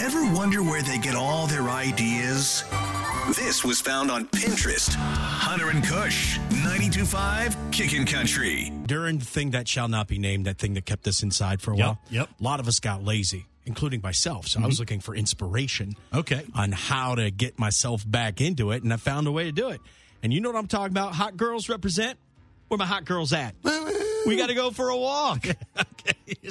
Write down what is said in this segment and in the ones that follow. Ever wonder where they get all their ideas? This was found on Pinterest. Hunter and Kush, 925 Kickin' Country. During the thing that shall not be named, that thing that kept us inside for a Yep, while, yep. a Mm-hmm. lot of us got lazy, including myself. So I was looking for inspiration Okay. on how to get myself back into it, and I found a way to do it. And you know what I'm talking about? Hot girls represent. Where my hot girls at? we got to go for a walk.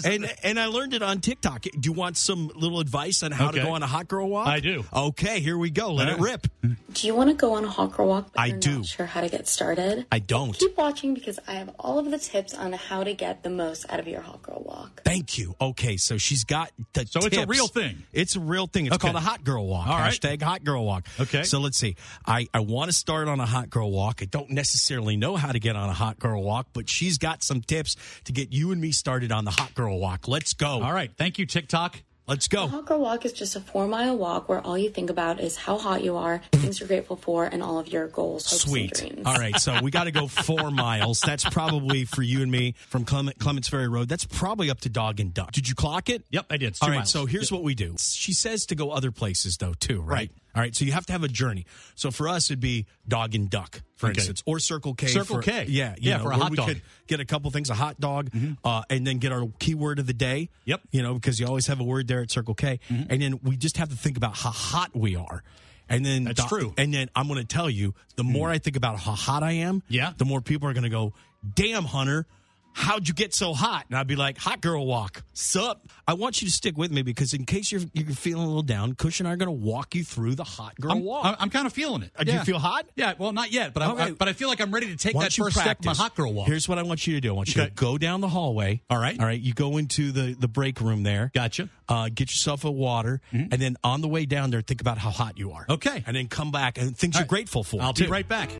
And and I learned it on TikTok. Do you want some little advice on how to Okay. go on a hot girl walk? I do. Okay, here we go. Let All it right. rip. Do you want to go on a hawker walk? But I you're do. Not sure how to get started. I don't. Keep watching because I have all of the tips on how to get the most out of your hawker walk. Thank you. Okay, so she's got the. So it's a tips. real thing. It's a real thing. It's Okay. called a hot girl walk. All right. Hashtag hot girl walk. Okay. So let's see. I I want to start on a hot girl walk. I don't necessarily know how to get on a hot girl walk, but she's got some tips to get you and me started on the hot girl walk. Let's go. All right. Thank you, TikTok. Let's go. Hawker walk is just a four mile walk where all you think about is how hot you are, things you're grateful for, and all of your goals, hopes, and Sweet. dreams. All right, so we got to go four miles. That's probably for you and me from Clement, Clements Ferry Road. That's probably up to Dog and Duck. Did you clock it? Yep, I did. It's two All right, miles. so here's what we do. She says to go other places though too, right? All right, so you have to have a journey. So for us, it'd be Dog and Duck, for Okay. instance, or Circle K. Circle for- K. yeah, you Yeah, know, for a where hot we dog. Mm-hmm. could get a couple things, a hot dog, uh, and then get our keyword of the day. Yep. Mm-hmm. you know, because you always have a word there at Circle K, and then we just have to think about how hot we are. And then That's true. And then I'm going to tell you, the more I think about how hot I am, Hmm. Yeah. the more people are going to go, "Damn, Hunter, how'd you get so hot?" And I'd be like, "Hot girl walk, sup." I want you to stick with me because in case you're you're feeling a little down, Cush and I are going to walk you through the hot girl I'm, walk. I'm, kind of feeling it. Uh, do you feel hot? Yeah. Well, not yet, but I, Okay. I- but I feel like I'm ready to take Why that don't you first step in my practice? hot girl walk. Here's what I want you to do. I want you Okay. to go down the hallway. All right. All right. You go into the, the break room there. Gotcha. Hmm. Uh, get yourself a water. And then on the way down there, think about how hot you are. Okay. And then come back and things All you're right. grateful for. I'll be too. right back.